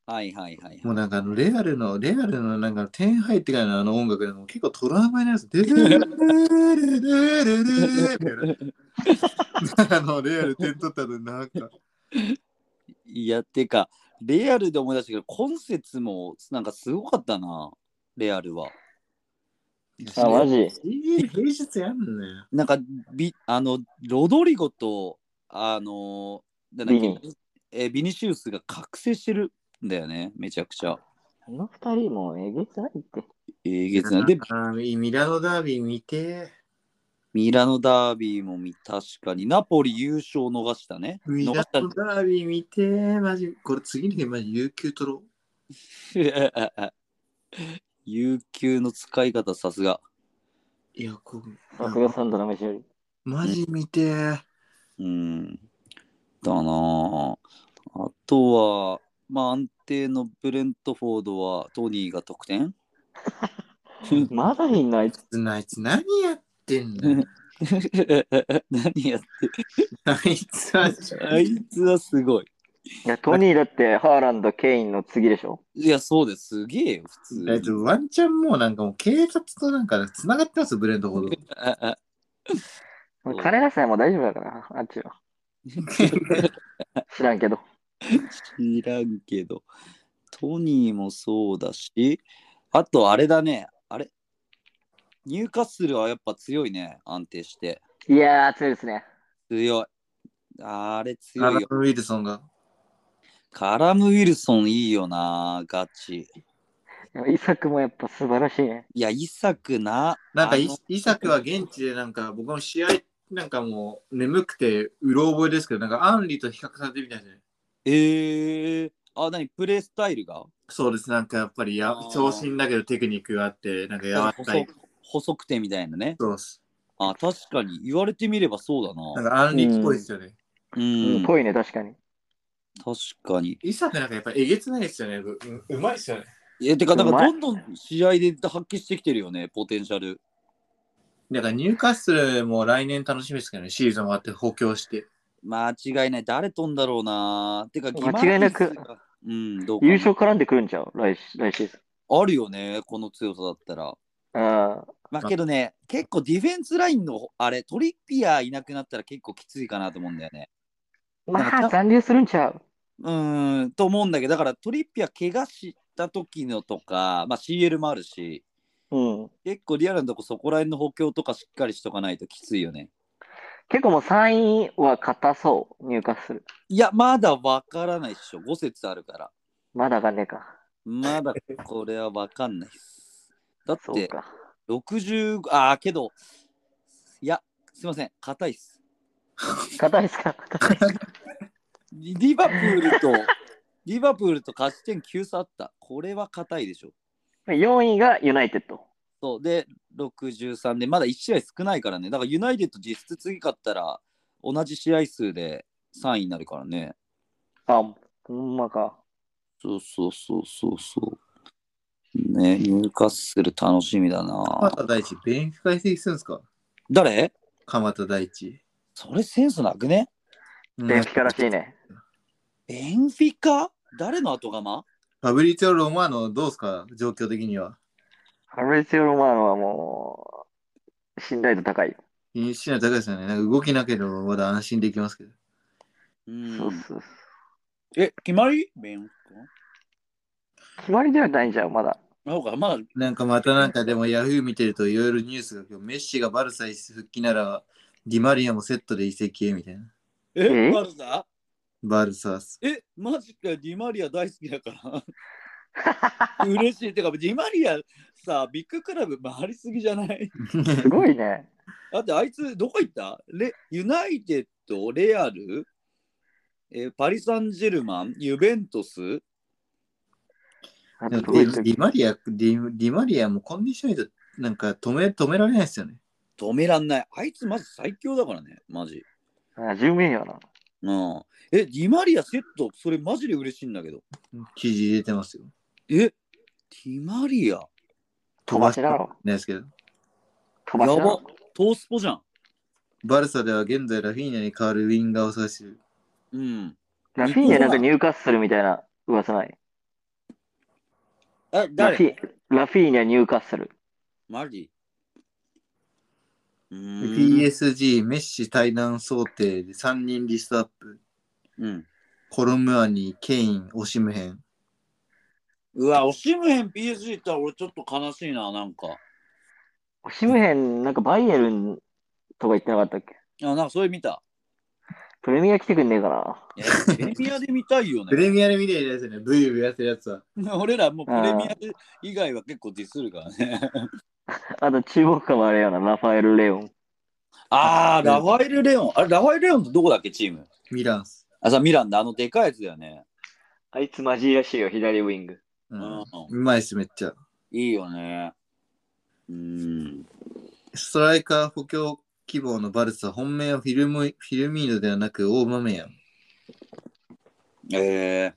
B: はいはい
C: さ
B: はい
C: い。。もうなんかあのレアルの、レアルのなんか点入ってからのあの音楽でも結構トラウマになるんです。でるるるるるるる [LAUGHS] あのレアル点取ったのなんか。
B: いや、てか、レアルで思い出したけど、今節もなんかすごかったな、レアルは。
A: あ、マジ。
C: CL 平日やんのよ。
B: なんか、ビあの、ロドリゴと、あの、なんだっ
A: ビニ
B: け、えビニシウスが覚醒してるんだよね、めちゃくちゃ。
A: あの二人もうえげつないって。
B: えげつない。で、
C: あーミラノダービー見て。
B: ミラノダービーも見確かに、ナポリ優勝逃したね。
C: ミ
B: 逃
C: ラ
B: した [LAUGHS]
C: ノダービー見て。マジ、これ次の日マジ有給取ろう。
B: [LAUGHS] 有給の使い方、さすが。
C: いや、こう
A: さすがサンドの飯より。
C: マジ見て。
B: うん。だなぁあとは、まあ、安定のブレントフォードはトニーが得 [LAUGHS] 点
A: まだいんのあいつ。
C: あいつ何やってんの
B: 何やっ
C: あいつは、
B: てあいつはすごい。
A: いや、トニーだってハーランド、ケインの次でしょ。
B: いや、そうです。すげえよ、普通に
C: えっと、ワンチャンもうなんかもう警察となんか繋がってますよ、ブレンドほど。
B: ああ
A: もう金出さえもう大丈夫だから、あっち [LAUGHS] は。知らんけど。
B: 知らんけど。トニーもそうだし、あと、あれだね。あれニューカッスルはやっぱ強いね。安定して。
A: いやー、強いですね。
B: 強い。あれ
C: ア
B: 強
C: ラ
B: いよ。
C: ム・ウィルソンが。
B: カラム・ウィルソンいいよな、ガチ。
A: でもイサクもやっぱ素晴らしいね。
B: いや、イサクな。
C: なんか
B: あ
C: イ
B: の、
C: イサクは現地でなんか僕の試合なんかもう眠くてうろ覚えですけど、なんかアンリと比較されてみたいですね。
B: えー、あ、なに、プレースタイルが
C: そうです、なんかやっぱりや
B: あー
C: 長身だけどテクニックがあって、なんか柔らか
B: 細
C: い。
B: 細くてみたいなね。
C: そうです。
B: あ、確かに。言われてみればそうだ
C: なん
B: な。
C: かアンリっぽいですよね。
B: う
A: うん
B: ん、確
A: ぽいね、確かに。
B: かに。
C: イサクなんかやっぱえげつないですよね。うううまいですよね。
B: え、てか、なん
A: う
B: か
A: まい
B: どんどん試合で発揮してきてるよね、ポテンシャル。
C: だから入荷するも来年楽しみですけどね、シーズンもあって補強して。
B: 間違いない。誰飛んだろうな。てか、ギマ
A: 間違いなく
B: ラニスが。うん、どうかな
A: 優勝絡んでくるんちゃう来し来シーズン。
B: あるよね、この強さだったら。
A: あ
B: まあ
C: あ
B: けどね、結構ディフェンスラインのあれ、トリッピアーいなくなったら結構きついかなと思うんだよね。
A: ー
B: なんか
A: ま
B: た
A: あ、残留するんちゃう。
B: うーん、と思うんだけど、だからトリッピアー怪我した時のとか、まあ CL もあるし、
A: うん。
B: 結構リアルなとこそこら辺の補強とかしっかりしとかないときついよね。
A: 結構もう3位は硬そう、入荷する。
B: いや、まだわからないっしょ。5節あるから。
A: まだがねえか。
B: まだこれはわかんないっす。だっ
A: そう
B: て、
A: か。
B: 60、ああ、けど、いや、すいません、硬いっす。
A: 硬いっすか硬いっすか
B: リリバプールと、リバプールと勝ち点9差あった。これは硬いでしょ。
A: 4位がユナイテッド。
B: そう。で、63で、まだ1試合少ないからね。だからユナイテッド実質次勝ったら、同じ試合数で3位になるからね。
A: あ、ほんまか。
B: そうそうそうそうそう。ね、ニューカッスル楽しみだ
C: 鎌
B: な。
C: 田大地、ベンフ解析するんですか
B: 誰
C: 鎌田大地。
B: それセンスなくね
C: うん
A: ベンフィカらしいね。
B: ベンフィカ誰の後釜
C: ファブリツィオ・ロマーノ、どうですか状況的には。
A: ファブリツィオ・ロマーノはもう、信頼度高いよ。
C: 気にしない高いですよね。なんか動きなければまだ安心できますけど。
B: う
A: そうっ
B: ん。
A: すそうっ
B: え、決まりベンフィ
A: す。決まりではないんじゃん、まだ。
B: カなんか、まあ、
C: なんかまたなんかでもヤフー見てるといろいろニュースが今日メッシがバルサイ復帰ならディマリアもセットで移籍へみたいな。
B: え、
A: え
B: バルサ
C: バルサス。
B: え、マジか、ディマリア大好きだから。 [LAUGHS] 嬉しい。てか、ディマリアさ、ビッグクラブ回りすぎじゃない
A: すごいね。
B: だってあいつ、どこ行ったレユナイテッド、レアル、えーパリ・サンジェルマン、ユベントス、
A: あ
C: で
A: す
C: も
A: ご
C: デ
A: い
C: ィディマリア、ディディマリアもコンディションじゃなんか止め止められないですよね。
B: 止めらんない。あいつ、マジ最強だからね、マジ。
A: あ、10名よな。
B: うん。え、ディマリアセット、それマジで嬉しいんだけど。
C: 記事入れてますよ。
B: え、ディマリア、
A: 飛ばしだろ。
C: ないですけど。
A: 飛ばしだ
B: やば
A: ろ。
B: トースポじゃん。
C: バルサでは現在ラフィーニャに代わるウィンガーを探してる。
B: うん。
A: ラフィーニャなんか入荷するみたいな噂ない。
B: あ、
A: ラ
B: 誰
A: フィラフィーニャ入荷する。
B: マジう
C: で
B: ーん。
C: PSG、メッシ対談想定で3人リストアップ。
B: うん、
C: コロムアニ、ケイン、オシムヘン。
B: うわ、オシムヘン PSG 行ったら俺ちょっと悲しいな、なんか。
A: オシムヘン、なんかバイエルンとか言ってなかったっけ
B: あ、なんかそれ見た。
A: プレミア来てくんねえかな。
C: [LAUGHS]
B: えプレミアで見たいよ
C: プ
B: ね。
C: レミアで見てるやつよね。ブイブイやってるやつは。
B: [LAUGHS] 俺らもうプレミアで以外は結構ディスるからね。
A: あと注目感もあれよな、ラファエル・レオン。
B: あー、ラファエル・レオン。あれ、ラファエル・レオンってどこだっけ、チーム。
C: ミランス。
B: あ、さ、ミランだ。あのでかいやつだよね。
A: あいつマジらしいよ、左ウィング。
C: う
B: うん
C: ん。うまいっす、めっちゃ。
B: いいよね。うーん。
C: ストライカー補強希望のバルサ、本命はフィルムフィルミーノではなく大豆やん。
B: え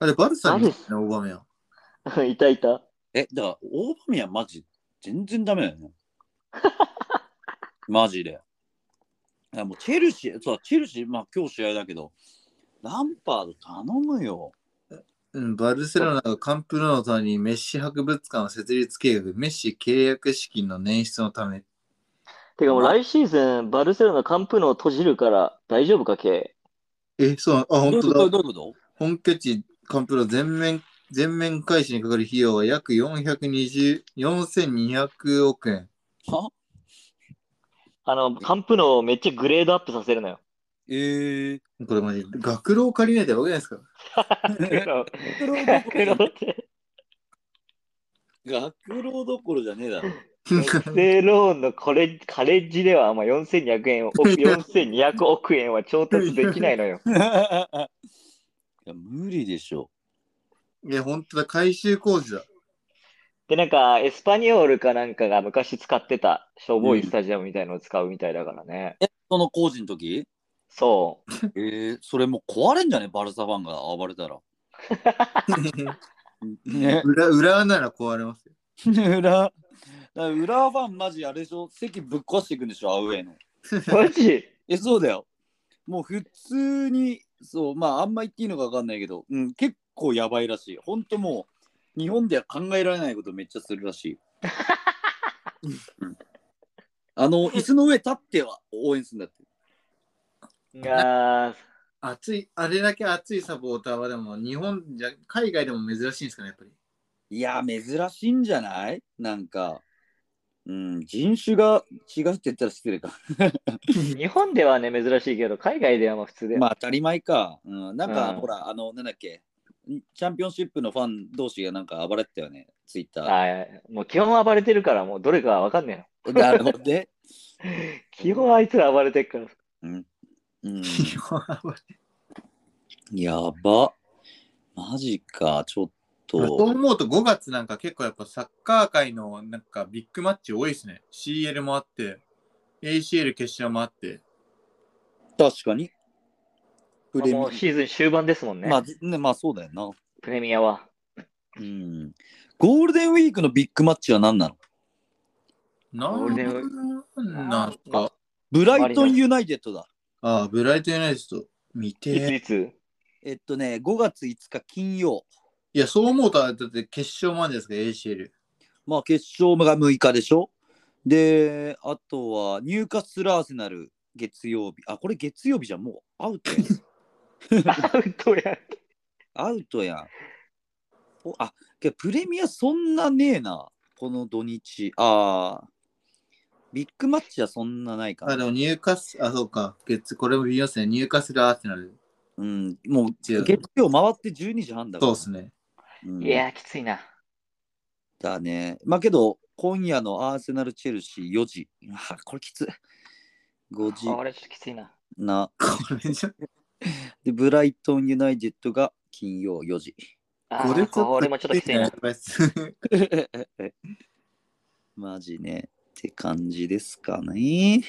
C: あれ、バルサに行ったの大豆や
A: [LAUGHS]
C: ん。
A: いたいた。
B: ー、え、だから、オーバミアンマジ、全然ダメだよね。マジで。いやもうチェルシー、そう、チェルシー、まあ今日試合だけど、ランパード頼むよ。
C: うん、バルセロナがカンプノーのためにメッシ博物館を設立計画、メッシ契約資金の捻出のため。
A: てかもう来シーズン、バルセロナカンプの閉じるから大丈夫か、け
C: え、そう、あ、
B: どう
C: 本
B: いうこと
C: 当だ。
B: どういうこと
C: 本拠地カンプノー全面全面開始にかかる費用は約420 4200億円。
B: は
A: あの、カンプのをめっちゃグレードアップさせるのよ。
B: えー、
C: これマジ、学郎を借りないとわけないですか
A: 学童学
B: 学
A: 童 [LAUGHS] って
B: 郎どころじゃねえだろ。
A: 学生ローンのこれカレッジでは、まあ、4200円を、4200億円は調達できないのよ。
B: い [LAUGHS] や無理でしょ。
C: いや、本当だ、改修工事だ。
A: で、なんか、エスパニョールかなんかが昔使ってた、しょぼいスタジアムみたいのを使うみたいだからね。
B: その工事の時
A: そう。
B: えー、それもう壊れんじゃねバルサファンが暴れたら。ね。
C: 裏裏なら壊れますよ。
B: [LAUGHS] 裏、だから裏ファンマジあれでしょ席ぶっ壊していくんでしょアウェイの。
A: マジ
B: え、そうだよ。もう普通に、そう、まああんま言っていいのかわかんないけど、うん、結構やばいらしい。ほんともう、日本では考えられないことめっちゃするらしい。うんあの、椅子の上立っては応援するんだって。
A: いやー
C: 熱い、あれだけ熱いサポーターはでも、日本じゃ、海外でも珍しいんですかね、やっぱり。
B: いや、珍しいんじゃないなんか、うん、人種が違うって言ったら失礼か。
A: 日本ではね、珍しいけど、海外ではまあ普通で。
B: まあ当たり前か。うん、なんか、
A: うん
B: ほら、あの、なんだっけ、んチャンピオンシップのファン同士がなんか暴れてたよね、ツイッター。
A: はい。もう基本暴れてるから、もうどれかわかんね
B: [LAUGHS] なるほどね。
A: えの。基本あいつら暴れてるから。
B: うん、
C: 日本は
B: やば。マジか、ちょっ
C: そう
B: と。
C: 思うと5月なんか結構やっぱサッカー界のなんかビッグマッチ多いですね。CL もあって、ACL 決勝もあって。
B: 確かに。プレミ
A: もうシーズン終盤ですもんね。
B: まあ、ね、まあそうだよな。
A: プレミアは。
B: うん。ゴールデンウィークのビッグマッチは何なの
C: な
A: ゴール
C: ん
A: デンウィ
C: なんすか。
B: ブライトンユナイテッドだ。
C: ああ、ブライトユナイテッド見て
A: いつ
C: え。
A: いつ
B: えっとね、5月5日金曜。
C: いや、そう思うとあれだって決勝もあるんですか、ACL。
B: まあ決勝が6日でしょで、あとは入荷するアーセナル月曜日。あ、これ月曜日じゃんもうアウトやん。
A: アウトや。
B: アウトやん。おあ、けどプレミアそんなねえな。この土日。ああ。ビッグマッチはそんなないか
C: あ、
B: な。
C: でも入荷す、あ、そうか。月、これも見ますね。入荷するアーセナル。
B: うん。もう
C: 違う
B: 月曜回って12時半だか
C: そう
B: ら。
C: ですね。
B: うん
A: いやー、きついな。
B: だね。まあけど、今夜のアーセナル・チェルシー4時。あこれきつい。5時
A: これちょっときついな。
B: な。
C: これじゃ、
B: で、ブライトン・ユナイテッドが金曜4時。
A: あー
C: れ
A: これもちょっときついな。
B: マジね。って感じですかね。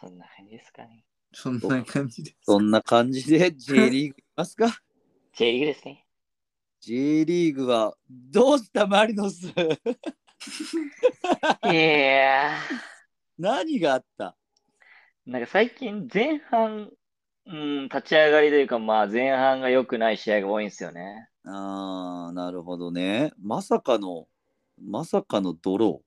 A: そんな感じですかね。
C: [LAUGHS] そんな感じです。
B: そんな感じで J リーグいきますか
A: J リーグですね。
B: J リーグはどうしたマリノス [LAUGHS]
A: いやー。
B: 何があった
A: なんか最近前半、うん、立ち上がりというか、まあ前半が良くない試合が多いんですよね。
B: あーなるほどね。まさかの、まさかのドロ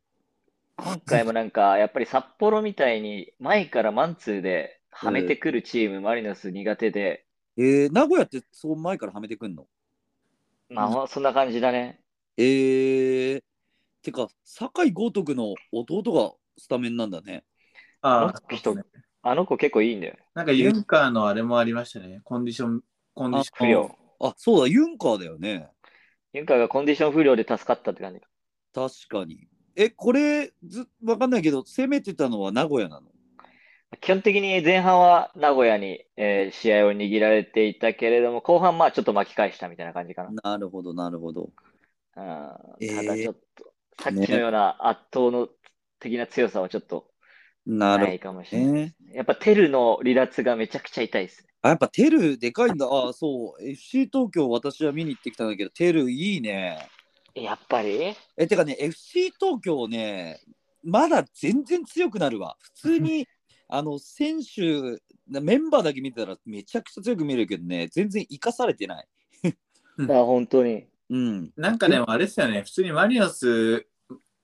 A: 今回もなんか、やっぱり札幌みたいに前からマンツーではめてくるチーム、マリノス苦手で、
B: ー。えー、名古屋ってそう前からはめてくんの
A: まあそんな感じだね。
B: えー、てか、酒井豪徳の弟がスタメンなんだね。
C: あ
A: あの人あの子結構いいんだよ。
C: なんかユンカーのあれもありましたね。コンディション、コンディショ
A: 不
C: ン。
A: 良。
B: あ、そうだ、ユンカーだよね。
A: ユンカーがコンディション不良で助かったって感じ。
B: 確かに。え、これ、ず、わかんないけど、攻めてたのは名古屋なの
A: 基本的に前半は名古屋に、えー試合を握られていたけれども、後半まあちょっと巻き返したみたいな感じかな。
B: なるほど、なるほど。
A: うん
B: えー
A: ただちょっと、さっきのような圧倒の的な強さはちょっと
B: な
A: な
B: る
A: いかもし
B: ほ
A: れ
B: ど
A: ない。
B: ね。
A: やっぱテルの離脱がめちゃくちゃ痛いですね。
B: あ、やっぱテルでかいんだ。あ、そう。FC 東京、私は見に行ってきたんだけど、テルいいね。
A: やっぱり
B: え、てかね、FC 東京ね、まだ全然強くなるわ。普通 [LAUGHS] に、あの、選手、メンバーだけ見てたらめちゃくちゃ強く見えるけどね、全然生かされてない。
A: あ、本当に。
B: うん。
C: なんかでもあれですよね。普通にマリノス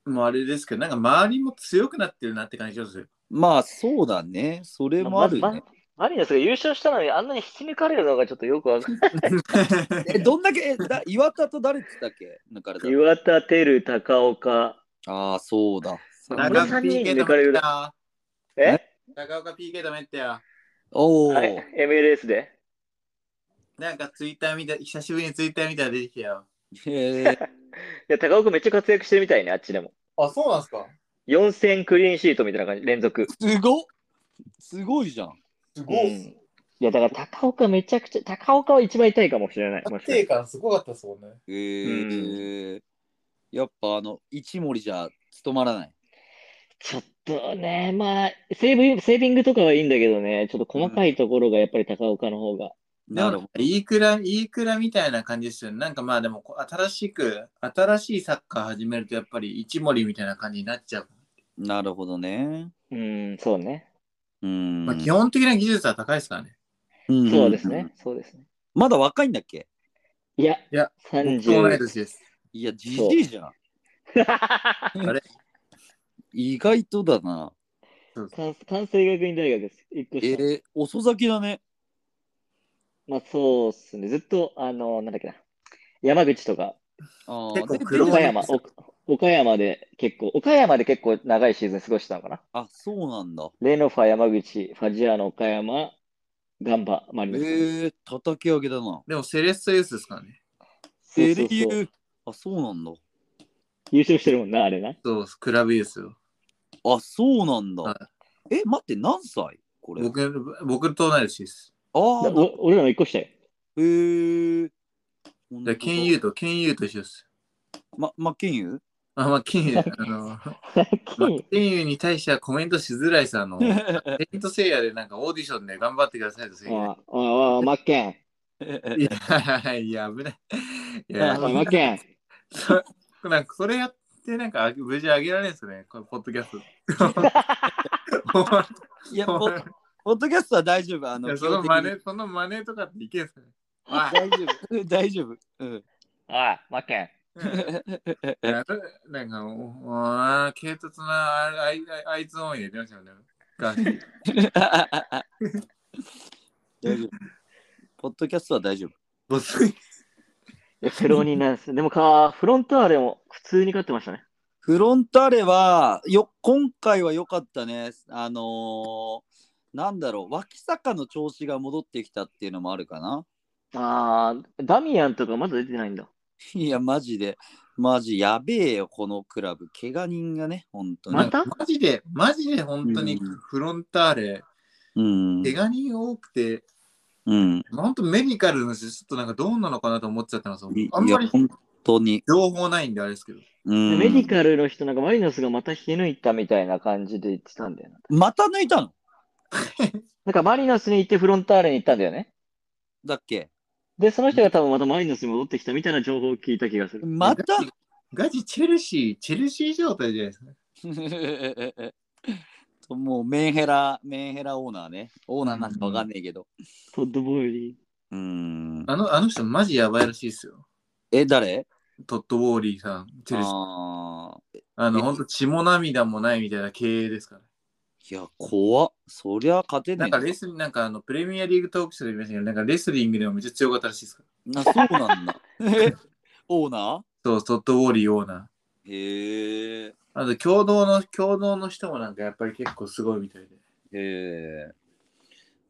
C: もあれですけ
A: [LAUGHS]
C: ど、なんか周りも強くなってるなって感じがする。
B: まあ、そうだね。それもあるね。
A: ままマリノスが優勝したのにあんなに引き抜かれるのがちょっとよくわかんない。
B: え、どんだけ、えだ岩田と誰って言ったっけ抜かれたの
A: 岩田、テル、高岡。
B: ああ、そうだ。
A: 中
C: 長
A: 岡
C: 岡
A: PK 止
C: PK
A: め
C: 止
A: て
C: めた。
A: え
C: 長岡 PK 止めてよ。
B: おお、
A: はい ?MLS で
C: なんかツイッター見た、久しぶりにツイッター見たら出てきたよ。
B: へえ。
A: いや、高岡めっちゃ活躍してるみたいね、あっちでも。
C: あ、そうなんすか
A: 4戦クリーンシートみたいな感じ、連続。
B: すごっすごいじゃん。
C: す
A: うんいや、だから高岡めちゃくちゃ、高岡は一番痛いかもしれない。もしかしたら
C: 感すごかったですもんね。
B: へえ、やっぱあの、一森じゃ務まらない。
A: ちょっとね、まあ、セーブ、セービングとかはいいんだけどね、ちょっと細かいところがやっぱり高岡の方が。
B: なるほど。
C: いいくら、いいくらみたいな感じですよね。なんかまあでも、こう新しく、新しいサッカー始めると、やっぱり一森みたいな感じになっちゃう。
B: なるほどね。
A: うん、そうね。
B: うん。
C: まあ、基本的な技術は高いですからね。
B: うん
A: そうですね。。そうですね。
B: まだ若いんだっけ
A: いや、
C: いや
A: 30
C: 僕も同い年です。
B: いや、じじいじゃん。
C: あれ
B: 意外とだな。
A: 関 [LAUGHS] 関西学院大学です。一個下
B: えー、遅咲きだね。
A: まあそうっすね。ずっと、あの、なんだっけな。山口とか、
B: あー
C: 結構
B: で
C: 黒
A: 岡
C: い
A: 山、お岡山で結構、岡山で結構長いシーズン過ごしてたのかな。
B: あ、そうなんだ。
A: レノファ山口、ファジアーノ岡山、ガンバ、マリ
B: え
A: ノス。
B: ー、叩き上げだな。
C: でも、セレッソユースですからね。
A: そう
B: セ
A: そう
B: リ
A: そう
B: ユあ、そうなんだ。
A: 優勝してるもんな、あれな。
C: そう、クラブユースを。
B: あ、そうなんだ。
C: は
B: え、待って、何歳これ。
C: 僕、僕と同い年です。
B: あ
A: だ
B: ーな
A: お俺らの一個下よ。
B: へー。ほんと
C: だ
B: だ
C: ケンユーと、ケンユーと一緒です。
B: ま、ま、ケンユ
C: あ、まあ、ケンユ
B: [LAUGHS]
C: ー、あの、まあケンユーに対してはコメントしづらいさ、あ
B: [LAUGHS]
C: の、ペイントセイヤでなんかオーディションで頑張ってくださいと
A: おいおい
C: か
A: おい、マッケン。
C: 言う。いや、いや、危ない。いや、
A: おいマッケン。
C: そなんかそれやって、なんか無事上げられるんですね、このポッドキャ
B: [LAUGHS]
C: スト。
B: いや、ポッポッドキャストは大丈夫。あ
C: い
B: の、
C: や
B: 基
C: その
B: 本的に
C: 真似、その真似とかっていけんすかね。あ
B: 大丈夫。 [LAUGHS] 大丈夫。うん。
A: おい、マッケン。
C: なんか、なんかおあー軽突なああいああいつ音入れてましたよね。ガーシー
B: 大丈夫。ポッドキャストは大丈夫。
C: ボス
A: いや苦労人なんです。でもか、フロンターレも普通に勝ってましたね。
B: フロンターレはよ今回は良かったね。あのーなんだろう、脇坂の調子が戻ってきたっていうのもあるかな。
A: ああ、ダミアンとかまだ出てないんだ。
B: いや、マジで、マジやべえよ、このクラブ。怪我人がね、本当
A: ま
B: に。
A: た
C: マジで、マジで本当に
B: うん
C: フロンターレ、
B: うん。
C: 怪我人多くて、
B: うん。
C: 本当メディカルの人ちょっとなんかどうなのかなと思っちゃってます。
B: い
C: あん
B: いや
C: まり、
B: 本当に。
C: 情報ないんであれですけど。
B: うん、
A: メディカルの人なんかマリノスがまた引き抜いたみたいな感じで言ってたんだよな。
B: また抜いたの
A: なんかマリノスに行ってフロンターレに行ったんだよね。
B: だっけ
A: で、その人が多分またマリノスに戻ってきたみたいな情報を聞いた気がする。
B: また
C: ガチガチチェルシー、チェルシー状態じゃないですか。
B: [LAUGHS] ともうメンヘラ、メンヘラオーナーね。オーナーなんかわかんねえけど。
A: トッドボイリー。
B: うん。
C: あの、あの人マジやばいらしいですよ。
B: え、誰
C: トッド・ウォーリーさん、チェルシー。
B: ああ。
C: あの、
B: え
C: ほんと血も涙もないみたいな経営ですから。
B: いや、怖っ。そりゃ勝てね
C: な
B: え
C: んかレスリング、なんかあの、プレミアリーグトークショーで見ましたけど、なんかレスリングでもめっちゃ強かったらしいですか
B: な。そうなんだ。 [LAUGHS] えオーナ
C: ら。そう、トッド・ウォーリーオーナー。
B: ーへえ。
C: あと、共同の、共同の人もなんかやっぱり結構すごいみたいで。
B: へえ。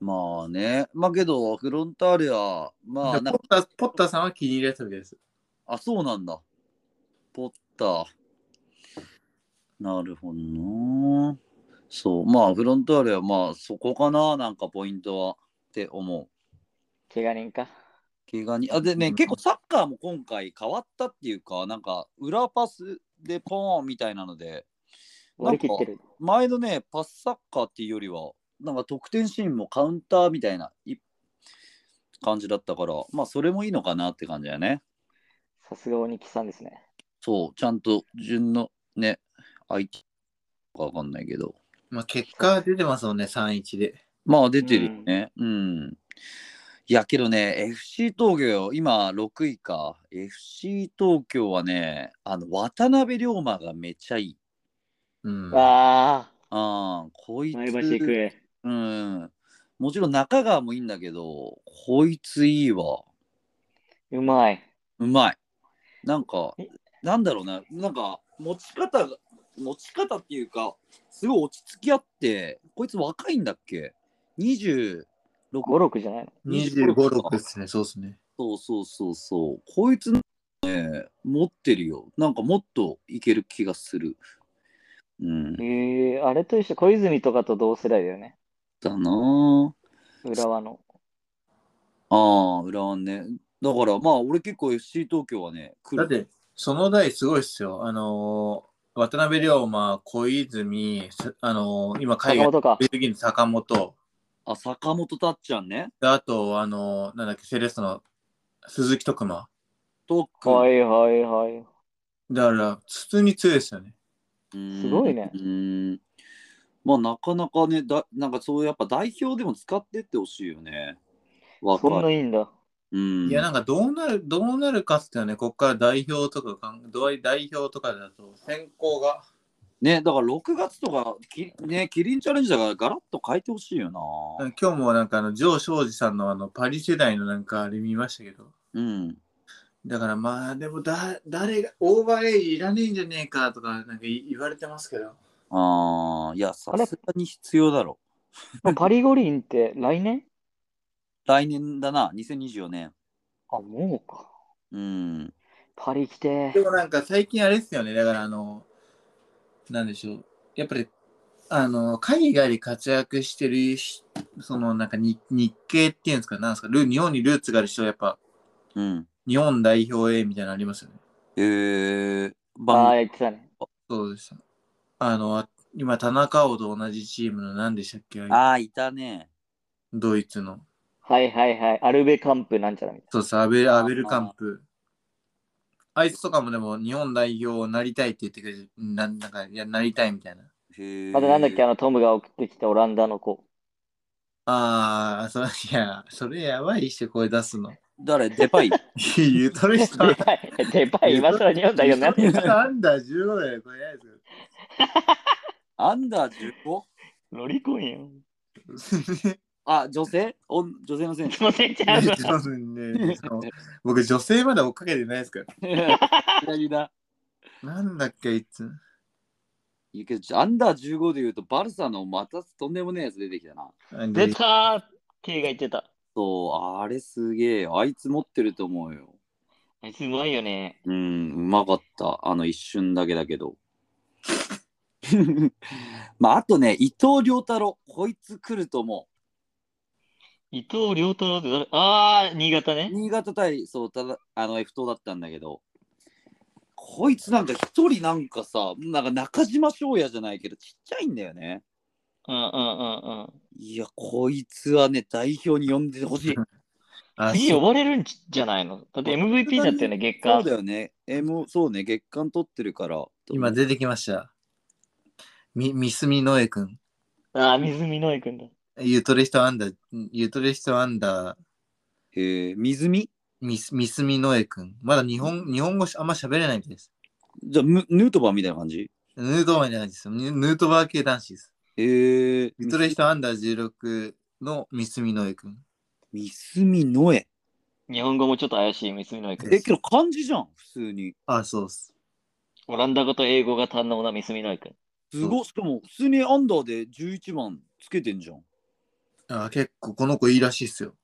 B: まあね。まあけど、フロンターレは、まあ、
C: で
B: なん
C: ポ
B: か
C: ッター、ポッターさんは気に入られたみたいです。
B: あ、そうなんだ。ポッター。なるほどな。そう。まあ、フロンターレは、まあ、そこかな。なんかポイントは。って思う。
A: 怪我人か。
B: 怪我にあでね、
C: うん
B: 結構サッカーも今回変わったっていうか、なんか裏パスでポーンみたいなので、
A: 割り切ってる。
B: 前のね、パスサッカーっていうよりは、なんか得点シーンもカウンターみたいない感じだったから、まあそれもいいのかなって感じだよね。
A: さすが鬼木さんですね。
B: そう、ちゃんと順のね、相手かわかんないけど、
C: まあ、結果は出てますもんね、3-1で。
B: まあ出てるよね。うん。いやけどね、FC 東京、今6位か。FC 東京はね、あの渡辺龍馬がめちゃいい。
C: うん。
A: ああ、
B: ああ、こいつ。
A: 前橋行く。
B: うん。もちろん中川もいいんだけど、こいついいわ。
A: うまい。
B: うまい。なんか
A: え、
B: なんだろうな、なんか、持ち方が、持ち方っていうか、すごい落ち着きあって、こいつ若いんだっけ ?26
A: 五六じゃないの
C: 25、6ですね、そうですね。
B: そうそうそうそう。こいつね、持ってるよ。なんかもっといける気がする。うん。
A: ええあれと一緒、小泉とかと同世代だよね。
B: だな
A: 浦和の。
B: ああ、浦和ね。だからまあ、俺結構 FC 東京はね、来
C: だ
B: る。
C: って、その代すごいっすよ。あのー渡辺龍馬、小泉、さあのー今
A: 坂
C: 海外
A: 本か。
C: ベルギーの坂本、
B: あ、坂本たっちゃんね。
C: であと、あのーなんだっけ、セレッソの鈴木徳馬。
B: とっくん
A: はいはいはい。
C: だから、普通に強いですよね。
B: す
A: すごいね
B: うん。まあ、なかなかね、だなんかそうやっぱ代表でも使ってってほしいよね。わ
A: そん
B: か
A: な
B: る。
A: いいんだ。
B: うん。
C: いや、なんかどうなる、どうなるかっつってのはね、ここから代表とかかん、どう代表とかだと、選考が。
B: ね、だから6月とか、きね、キリンチャレンジだからガラッと変えてほしいよな。
C: 今日もなんかあの、ジョー・ショージさんのあの、パリ世代のなんかあれ見ましたけど。
B: うん。
C: だからまあ、でもだ、誰が、オーバーエイジいらねえんじゃねえかとか、なんかい言われてますけど。
B: ああ、いや、さ
A: れ
B: すがに必要だろう。
A: パリ五輪って来年
B: 来年だな、2024年。
A: あ、もうか。
B: うん。
A: パリ来て
C: で。もなんか最近あれですよね、だからあの、なんでしょう、やっぱり、あの、海外で活躍してるし、そのなんか日日系っていうんですか、なんですか、ル日本にルーツがある人はやっぱ、
B: うん。
C: 日本代表へみたいなのありますよね。
B: えー、
A: ああ、
B: 番
A: 言ってたね。
C: そうです。あの、あ今、田中碧と同じチームの何でしたっけ
B: ああ、いたね。
C: ドイツの。
A: はいはいはい。アルベカンプなんちゃらみたい
C: そうです、アベアベルカンプ。あいつとかもでも日本代表になりたいって言ってくれる、なんなんかいやなりたいみたいな。
B: へえ。
A: な。あとなんだっけ、あのトムが送ってきたオランダの
B: [LAUGHS]
A: 子。
C: ああ、それ、いや、それやばいして声出
A: [LAUGHS]
C: すの。
B: 誰デパイ。
C: ゆとりさ
A: で
C: ん。
A: かい。でかい。今更日本代表になって
C: ゆ
A: る
C: とりさんアンダー15だよ、これやい
B: アンダー 15?
A: ロリコン
B: [LAUGHS]
A: やん。
C: ですよ。
B: あ、女性おん女性の
A: [LAUGHS]
B: 選手。
A: もう出ちゃうの。
C: 多分
A: [LAUGHS]
C: ね、その僕、女性まだ追っかけてないですから。
B: 左だ。
C: なんだっけ、いつ。
B: いいけど、アンダー15で言うと、バルサのまたとんでもねえやつ出てきたな。
A: 出たー !K が言ってた。
B: そう、あれすげえ。あいつ持ってると思うよ。
A: あいつうまいよね。
B: うん、うまかった。あの一瞬だけだけど。 [LAUGHS] まあ、あとね、伊藤良太郎。こいつ来ると思
A: 伊藤良太郎って誰ああ、新潟
B: う。
A: ね。
B: 新潟対、そう、ただ、あの F 党だったんだけど。こいつなんか一人なんかさ、なんか中島翔也じゃないけど、ちっちゃいんだよね。
A: うんうんうんうん。
B: いや、こいつはね、代表に呼んでほしい。
C: あ
A: 次
C: そう
A: 呼ばれるんじじゃないのだって MVP だったよね、月
B: そう
A: 間
B: だ。よね。え、もう、そうね、月間取ってるから。
C: 今出てきました。み、三住野江くん。
A: ああ、水見のえくんだ。
C: ゆとり人アンダー、ゆとり人アンダー、
B: えー、水見
C: みす三住野江くん。まだ日本、日本語しあんま喋れないんです。
B: じゃあヌ、ヌートバーみたいな感じ
C: ヌートバーじゃないです。ヌヌートバー系男子です。
B: えー、
C: ゆとり人アンダー16の三住野江くん。
B: みすみのえ。
A: 日本語もちょっと怪しい、水見のえくん。
B: え、けど漢字じゃん、普通に。
C: あ、そうっす。
A: オランダ語と英語が堪能な水見のえくん。
B: すごい、しかも、普通にアンダーで11番つけてんじゃん。
C: あ結構この子いいらしいっすよ。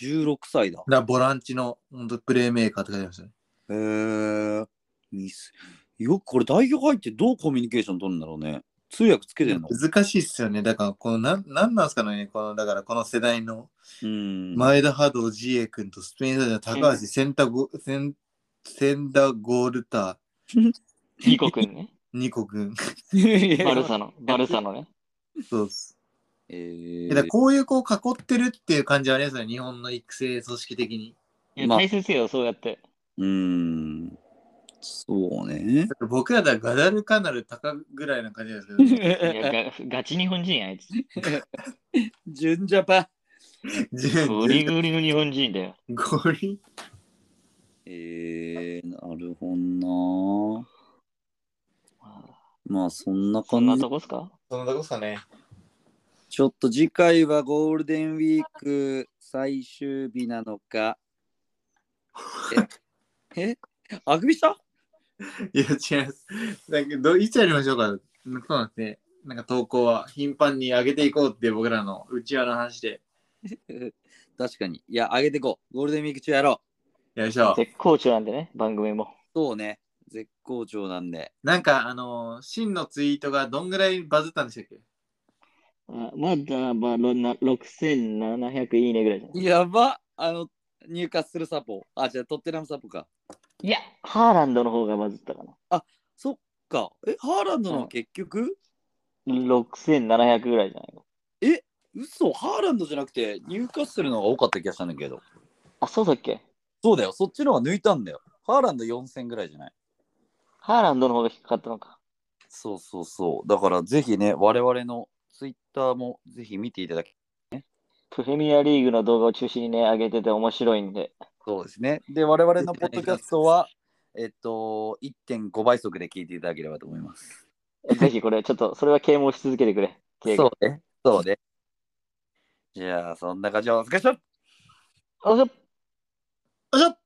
B: 16歳だ。
C: だからボランチのほんとプレーメーカーって書いてますね。
B: えー、ミス。よくこれ代表入ってどうコミュニケーション取るんだろうね。通訳つけてんの
C: 難しいっすよね。だから、この、なん、なんなんすかね、この、だから、この世代の、
B: うん。 [LAUGHS]
C: 前田波動、ジエ君とスペイン人の高橋、センタゴ、セン、センダゴールタ
A: リコくんね。
C: ー、ニコ君。
A: バルサの、バルサのね。
C: [LAUGHS] そうっす。
B: えー
C: だからこういう子を囲ってるっていう感じはありますよね、日本の育成組織的に。
A: いや、
B: まあ
A: 大切よ、そうやって。
B: うーん。そ
A: [LAUGHS]
B: うね。
C: だから僕らだからガダルカナル高ぐらいな感じなんですけど、
A: いやがガチ日本人や、あいつ。
B: 純ジャパン。
C: [LAUGHS] 10
A: ゴリゴリの日本人だよ。
C: ゴリ
B: えー、なるほどな。まあそんな
A: そ
B: 感
A: んな
B: じ
A: とこっすか
C: そんなとこっすかね。
B: ちょっと次回はゴールデンウィーク最終日なのか。ええあくびした
C: いや、違います。だけど、いつやりましょうかそうなんですね。なんか投稿は頻繁に上げていこうって僕らのうちわの話で。
B: 確かに。いや、あげてこう。ゴールデンウィーク中やろ
C: よいしょ。
A: 絶好調なんでね、番組も
B: う。。そうね。絶好調なんで。
C: なんか、あのー、真のツイートがどんぐらいバズったんでしたっけ
A: あまだまあろな6700いいねぐらいじゃない
B: やばあの、入荷するサポ。あ、じゃあ、トッテナムサポか。
A: いや、ハーランドの方がバズったかな。
B: そっか。え、ハーランド
A: う
B: の
A: ん
B: 結局、
A: 6700ぐらいじゃないか。
B: 嘘、ハーランドじゃなくて、入荷するのが多かった気がしたんだけど。
A: あ、そうだっけ
B: そうだよ。そっちの方が抜いたんだよ。ハーランド4000ぐらいじゃない
A: ハーランドの方が低かったのか。
B: そうそうそう。だからぜひね、我々のツイッターもぜひ見ていただき
A: プレミアリーグの動画を中心にね、上げてて面白いん
B: [LAUGHS]
A: で。
B: そうですね。で、我々のポッドキャストは、えっと、1.5倍速で聞いていただければと思います。
A: ぜひこれ、ちょっと、それは啓蒙し続けてくれ。敬語
B: うね。そうね。じゃあ、そんな感じでお疲れ様でした
A: あそう
C: よいしょ